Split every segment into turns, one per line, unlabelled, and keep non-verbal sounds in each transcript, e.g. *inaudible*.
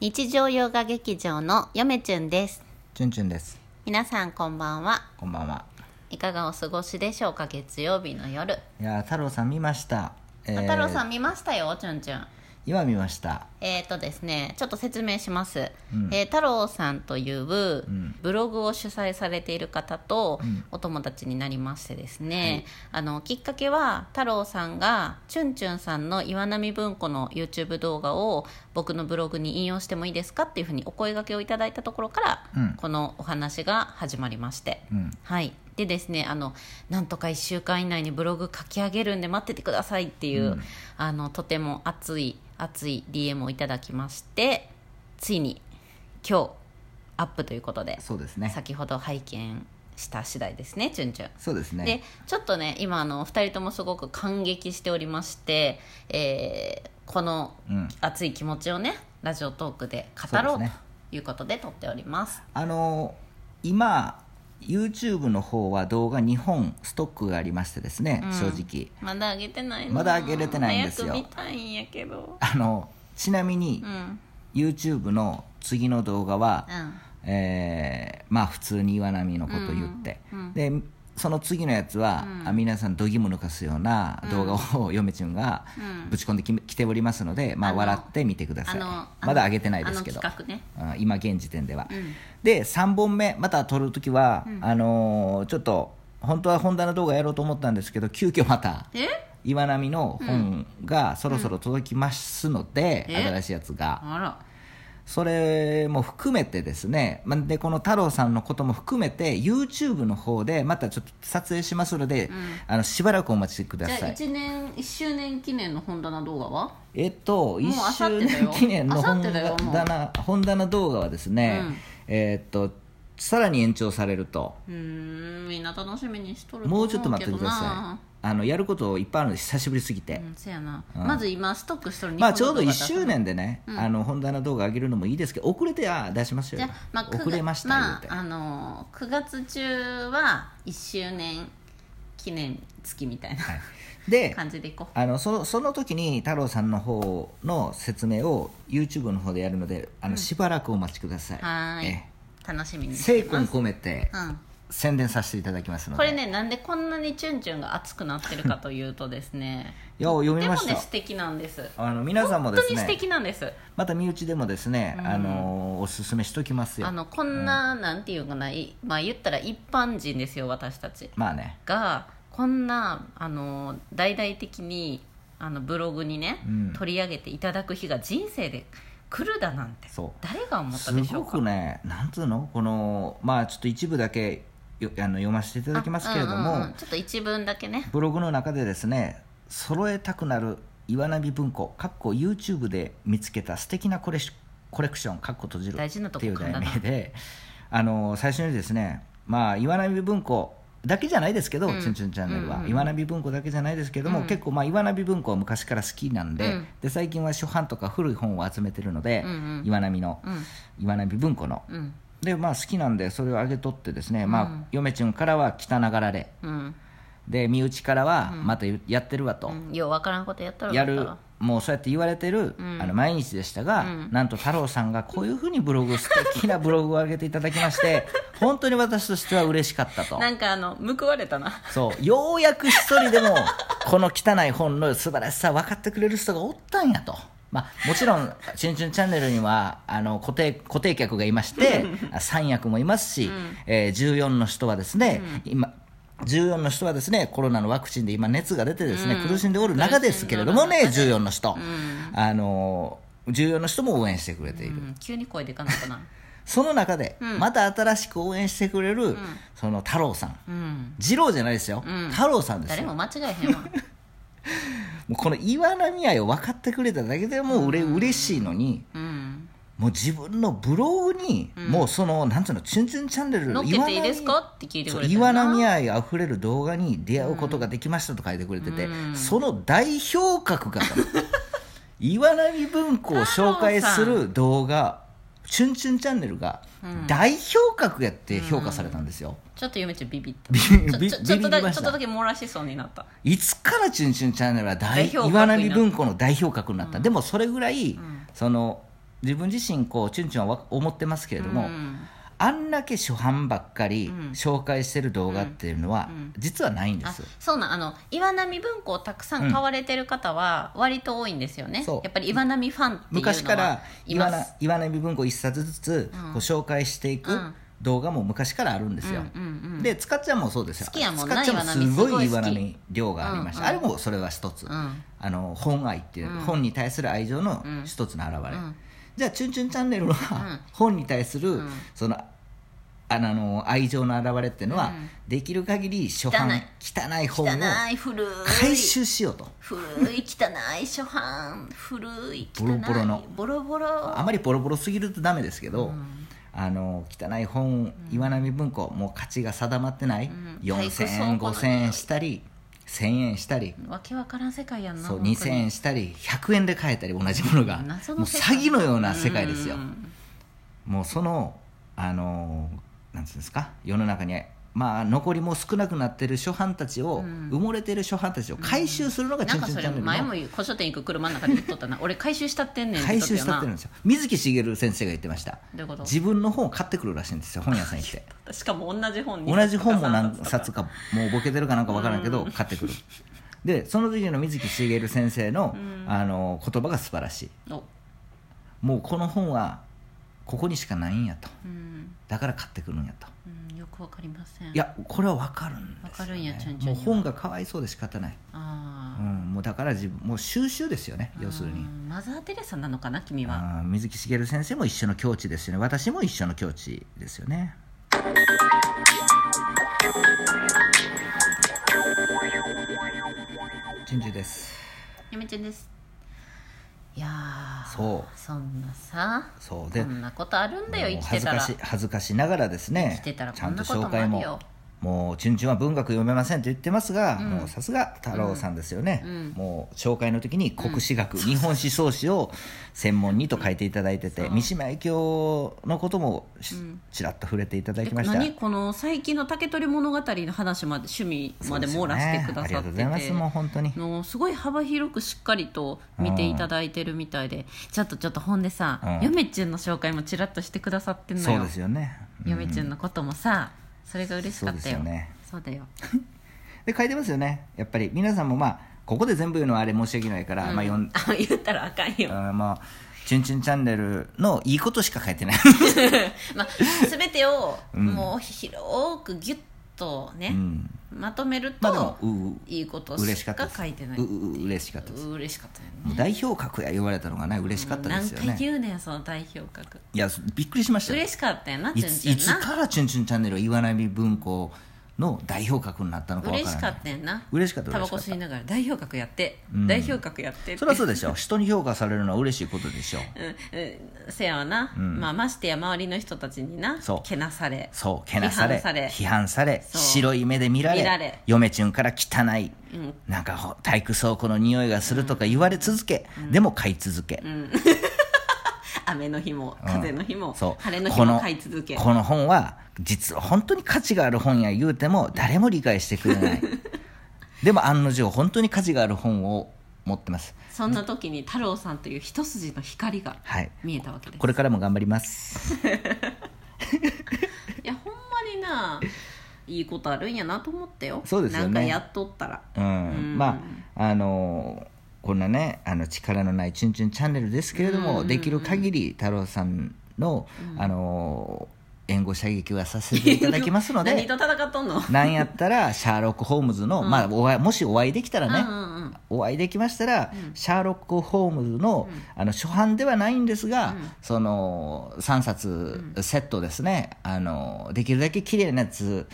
日常洋画劇場のよめちゅんです
チュンチュンです。
皆さんこんばんは
こんばんは。
いかがお過ごしでしょうか月曜日の夜、
いやー太郎さん見ました。えー
太郎さん見ましたよちゅんちゅん
今見ました。
えーとですね、ちょっと説明します、えー太郎さんというブログを主催されている方とお友達になりましてですね、あのきっかけは太郎さんがチュンチュンさんの岩波文庫の YouTube 動画を僕のブログに引用してもいいですかっていうふうにお声掛けをいただいたところから、
うん
このお話が始まりまして。
うん。
はいでですねあのなんとか1週間以内にブログ書き上げるんで待っててくださいっていう、あのとても熱い熱い DM をいただきましてついに今日アップということで、
そうですね。
先ほど拝見した次第ですねチュンチュン。
そうですね。
でちょっとね今あの2人ともすごく感激しておりまして、えーこの
うん
熱い気持ちをねラジオトークで語ろ
そううですね
ということで撮っております。
あのー今 YouTube の方は動画2本ストックがありましてですね、正直。
まだ上げてないの
まだ上げれてないんですよ
早く見たいんやけど
あのちなみに
うん
YouTube の次の動画は、えーまあ普通に岩波のこと言って、でその次のやつは、あ皆さんどぎも抜かすような動画を、嫁ちゅんがぶち込んでききておりますので、まあ、
あの
笑ってみてくださいまだ上げてないですけど
あの企画ね
うん今現時点では、で3本目また撮るときは、あのーちょっと本当は本棚動画やろうと思ったんですけど急遽また
え
岩波の本がそろそろ届きますので、
うんえ
新しいやつが
あら
それも含めてですね、まあでこの太郎さんのことも含めて YouTube の方でまたちょっと撮影しますので、あのしばらくお待ちくだ
じゃあ
さい
1年1周年記念の本棚動画は
えっと
う
1
あさっ
周
てだよ
年記念の
あさっ
本
てだよもう
棚本棚動画はですね、えっとさらに延長されると
うーんみんな楽しみにしとると思
も
う
うちょっと待ってくださいあのやることいっぱいあるので久しぶりすぎて、
いうんせやな、まず今ストックしとる日
ま
本
あ、ちょうど
の動
1
画出さ
周年でね、あの本棚動画上げるのもいいですけど遅れてあ出しますよ
じゃあ、まあ、
遅れました、言う
ま
て
あ、あのー9月中は1周年記念月みたいな
はい、で
感じでいこう
あのそその時に太郎さんの方の説明を YouTube の方でやるのであの、しばらくお待ちください
はーい
え
楽しみ
え
に
精
してま
魂
す、
込めて
うん、
宣伝させていただきますの
こ
で
れねなんでこんなにチュンチュンが熱くなってるかというとです
*laughs*
ね
いや読みまし
でもね
た
素敵なんです
あの皆さんもです
本当に素
ね
敵なんです
また身内でもですね、あのおすすめしときますよ
あのこんな、なんていうかないまあ言ったら一般人ですよ私たち
まあね
がこんなあの大々的にあのブログにね、
うん
取り上げていただく日が人生で来るだなんて
そう
誰が思った
す
でしょ
ご
うか
くねなんつうのこのまあちょっと一部だけよあの読ませていただきますけれども、
あうんうんうんちょっと一文だけね
ブログの中でですね揃えたくなる岩波文庫かっこ YouTube で見つけた素敵なコレシコレクションかっこ閉じる
大事な
っ
と
て
こ
いう
噛ん
題
だな
名であの最初にですねまあ岩波文庫だけじゃないですけど、
うん
チュンチュンチャンネルは、
うんうん
岩波文庫だけじゃないですけども、
うん
結構まあ岩波文庫は昔から好きなんで,、
うん
で最近は初版とか古い本を集めてるので、
うんうん
岩波の、
うん
岩波文庫の
うん
でまあ好きなんでそれをあげとってですね、
う
ま
ん
あ嫁チュンからは汚がられ
うん、
で身内からはまたやってるわと、
うん、ようわからんことやったら
やるもうそうやって言われてる、あの毎日でしたが、なんと太郎さんがこういうふうにブログ素敵なブログを上げていただきまして *laughs* 本当に私としては嬉しかったと
なんかあの報われたな
そうようやく一人でもこの汚い本の素晴らしさ分かってくれる人がおったんやと。まあ、もちろん「チュンチュンチャンネル」にはあの固定固定客がいまして3役もいますし、えー14の人はですね、今14の人はですねコロナのワクチンで今熱が出てですね、苦しんでおる中ですけれどもね14の人、あの14の人も応援してくれている、
うん、急に声でかなった
*laughs*
な
その中で、また新しく応援してくれる、その太郎さん
うん
二郎じゃないですよ、
うん
太郎さんです
誰
よ
も間違えへ
*laughs*
んわ
もうこの岩波愛を分かってくれただけでもううれ、嬉しいのに
うん
もう自分のブログに、もうそのなんつうの「チュンチュンチャンネル」
乗っけていいです
岩波
かって聞いてく
そ
れ
う
てるな
岩波愛あふれる動画に出会うことができましたと書いてくれてて、その代表格が *laughs* 岩波文庫を紹介する動画「チュンチュンチャンネル」が代表格やって評価されたんですよ、
ちょっとゆめちゃんビビった
ビ
ちょ
ビ
ちょちょっとだ
ビビりました
けちょっとだけ漏らしそうになった
いつから「チュンチュンチャンネル」は大
代表格にな
岩
った
波文庫の代表格になった、でもそれぐらい、その自分自身こうチュンチュンはわ思ってますけれども、
うん
あんだけ初版ばっかり
うん
紹介してる動画っていうのは、
うんうん
実はないんで
あ
す、
そうなんあの岩波文庫をたくさん買われてる方は割と多いんですよね、
そう
やっぱり岩波ファンっていうの
昔から
はい
岩
ま
な
す
岩波文庫一冊ずつ
うん
こう紹介していく
うん
動画も昔からあるんですよ、
うんうんうん
で塚っちゃんもそうですよ
好きやもん
塚
な
っちゃもす
岩波すご
ご
い
い
好き
岩波量がありました、
うんうん
あれもそれは一つ、
うん
あの本愛っていう、
うん
本に対する愛情の
うん
一つの表れ、
うん
じゃあ「チュンチュンチャンネルは」
ん
本に対する、
ん
そのあのあの愛情の表れっていうのは、
うん
できる限り初版汚い本を
汚い古い
回収しようと
古い汚い初版古い汚い
ボロボロの
ボロボロ
あまりボロボロすぎるとダメですけど、あの汚い本岩波文庫もう価値が定まってない、
ん
4000
体
円
育倉庫の
5000円したり1000円したり
わけわからん世界やんな
そう
本当に
2000円したり100円で買えたり同じものがもう
謎の世界
詐欺のような世界ですよ
うん
もうそのあのなんつうんですか世の中にまあ残りも少なくなってる初版たちを、
うん
埋もれてる初版たちを回収するのが「
な
チ
ん
ュ
か
ンチュ
そ
ンチ
れ
ャンネル」
前も
の
言う古書店行く車の中で言っとったな俺回収したってんねんって
回
言っと
収
っ
したた
よ
ってるん
な
ですよ水木しげる先生が言ってました
どういうこと
自分の本を買ってくるらしいんですよ本屋さん行
*laughs*
って
しかも同じ本に
同じ本も何冊かもうボケてるかなんか分からんけど買ってくるでその時の水木しげる先生の,、あの言葉が素晴らしい
お
もうこの本はここにしかないんやと
うん、
だから買ってくるんやと
うん、よくわかりません
いやこれは分かるんです
分
よ、ね、
かるんやちゅんちゅんに
も
は
う本がかわいそうで仕方ない、
あ
う
あ、
ん、もうだから自分もう収集ですよね要する
う
に
んマザー・テレサなのかな君は
あー水木しげる先生も一緒の境地ですよね私も一緒の境地ですよね珍珠です
やめちゃんですいやー
そう
そんなさ
そうで
こんなことあるんだよ
もう
生きて
恥ず
た
からし恥ずかしながらですね
生きてたら
ち
こ
ゃ
ん
んと
なこと
紹
もあ
介
る
も
よ
もうチュンチュンは文学読めませんと言ってますが、
うん
もうさすが太郎さんですよね、
うんうん
もう紹介の時に国史学、日本思想史を専門にと書いていただいてて、
そう
三島由紀夫のこともし
うん
ちらっと触れていただ
え
きました、
何この最近の竹取物語の話まで趣味まで網羅してくださ
そうですよねありが
っ
と
て
うご
て、
ざいますもう本当に
のすごい幅広くしっかりと見ていただいてるみたいで、ちょっとちょっとほんでさ、
うん
ヨメチュンの紹介もちらっとしてくださってんの
そう
よ
ですよね、うん
ヨメチュンのこともさそれが嬉しか
そうで
った
す
よ
よね
そうだよ
で書いてますよねやっぱり皆さんもまあここで全部言うのはあれ申し訳ないから、
うん
まあ読ん
言ったらあかんよ、
あーまあ「チュンチュンチャンネル」のいいことしか書いてない
*laughs* まあ、全てを
うん
もう広くギュッとね、
うん
まとめると、
まあでもうう
いいこと
嬉
し
しかった
か
です
書いてないう
うう嬉しかったです
う嬉しかったよね
もう代表格や言われたのがね嬉しかったですよ
何回
ね
言うねんその代表格
いやびっくりしましたよ
嬉しかったよないちゅん
つ
ちゅ
い
ん
つ
な
から「チュンチュンチャンネル」は岩波文庫の代表格になったのかわから
嬉
ない
しかったよな
嬉しかった
タバコ
嬉しか
吸
っ
いながら代表格やって、
うん
代表格やって
たそれはそう
で
でしょ人に評価されるのは嬉しいことでしょ
うん、 *laughs* うん、せやわな、
ん
まあ、ましてや周りの人たちにな
そう
けなされ
そうけな
批
さ
判
れ
され
批判され
そう
白い目で見られ
見られ
嫁チュンから汚い
うん
なんかほ体育倉庫の匂いがするとか言われ続け、でも買い続け、
雨の日も風の日も、
そう
晴れの日
こ
も買い続け
この本は実は本当に価値がある本や言うても誰も理解してくれ
*laughs*
ないでも案の定本当に価値がある本を持ってます
そんな時に太郎さんという一筋の光が
はい
見えたわけです、
これからも頑張ります
いやほんまにないいことあるんやなと思ったよ
そうですよね
なんかやっとったら
うん、
うん
まああのーこんなねあの力のない「チュンチュンチャンネル」ですけれども、できる限り太郎さんの、あのー援護射撃はさせていただきます
*laughs*
の
何
で
と戦っとんの、
なんやったらシャーロック・ホームズの、まあ、お会いもしお会いできたらね、
うんうんうん
お会いできましたら、シャーロック・ホームズの,、あの初版ではないんですが、その3冊セットですね、あのできるだけ綺麗なやつ、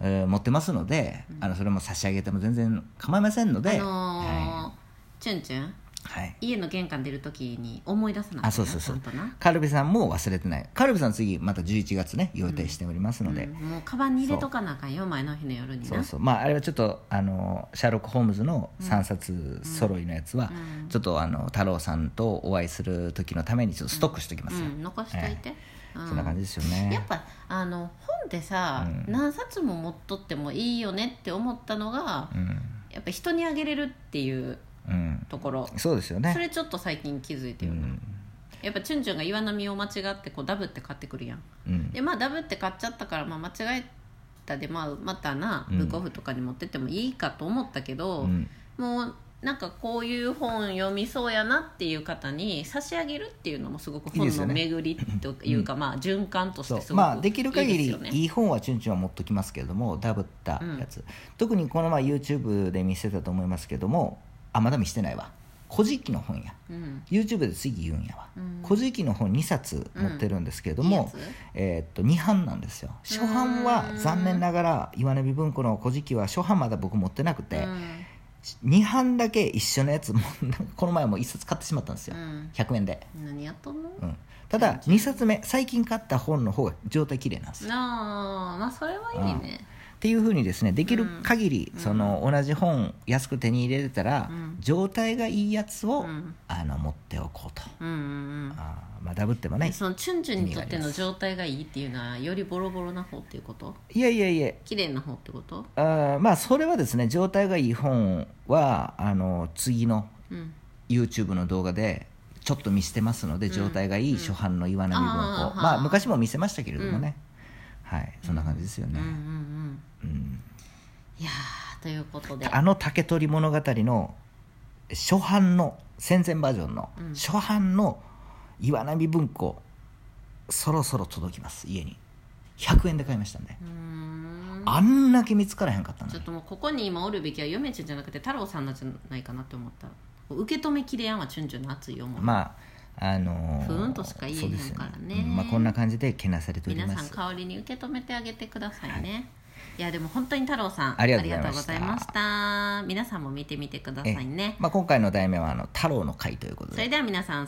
えー持ってますので、あのそれも差し上げても全然構いませんので、
あのー
は
チュンチュン
いはい、
家の玄関出るときに思い出すな
あそうそうそ
ち
う
ゃんとな、
カルビさんも忘れてないカルビさん次また11月ね予定しておりますので、
うんもうカバンに入れとかなあかんよ前の日の夜にな
そうそうまああれはちょっとあのシャーロック・ホームズの3冊揃いのやつは、ちょっとあの太郎さんとお会いする時のためにちょっとストックしておきますよ、
うん、残しといて、うん
そんな感じですよ
や
ね
っぱあの本ってさ、
うん
何冊も持っとってもいいよねって思ったのが、
うん、
やっぱ人にあげれるっていう
うん、
ところ、
そうですよ
そ
ね
れちょっと最近気づいてる
う
な、
ん
やっぱチュンチュンが岩波を間違ってこうダブって買ってくるやん
うん
でまあダブって買っちゃったから、まあ、間違えたで、まあ、またなブックオフとかに持ってってもいいかと思ったけど、
うん
もうなんかこういう本読みそうやなっていう方に差し上げるっていうのもすごく
いい
本
ですよ
の
ね
巡りというかまあ循環とし
そ
て
う
すごく
まあできる限
いいで
りい
す
い
よね
本はチュンチュンは持っときますけれどもダブったやつ、特にこの前 YouTube で見せたと思いますけれどもあまだ見してないわ「古事記」の本や
うん、
YouTube で次言うんやわ「古事記」の本2冊持ってるんですけれど
うんいい
も
や、つ
えーっと2版なんですよ初版は残念ながら岩波文庫の「古事記」は初版まだ僕持ってなくて、
うん
2版だけ一緒のやつもうなんかこの前も1冊買ってしまったんですよ、
うん
100円で、
何やっとんの、
うん、ただ2冊目最近買った本の方が状態綺麗なんです
なあまあそれはいいね
っていうふうにですねできる限り、その同じ本安く手に入れれたら、状態がいいやつを、
ん
あの持っておこうと、
うんうん
あーまあダブっても
う
ね
んそのチュンチュンにとっての状態がいいっていうのはよりボロボロな方っていうこと
いやいやいや
綺麗な方ってこと
あーまあそれはですね状態がいい本はあの次の
うん
YouTube の動画でちょっと見せてますので、状態がいい初版の岩波文庫、
あー
ま
は
あ
ー
昔も見せましたけれどもね、はいそんな感じですよね、
うんうんうんいやーということで
あの竹取物語の初版の戦前バージョンの、初版の岩波文庫そろそろ届きます家に100円で買いましたんで、
うーん
あんだけ見つからへんかったの
ちょ
に
っともうここに今おるべきはヨメちゃんじゃなくて太郎さんなんじゃないかなって思った受け止めきれやんわチュンチュンの熱い思い、
まああのー
ふーんとしか言えへん
そうですよ
からね
うんまあ、こんな感じでけなされており
皆
ま
さん
す
代わりに受け止めてあげてくださいね、い、やでも本当に太郎さん
ありがとうございま
ありがとうご
した
ざいました皆さんも見てみてくださいね
まあ、今回の題名はあの「太郎の会」ということ
そ
で
れでは皆さん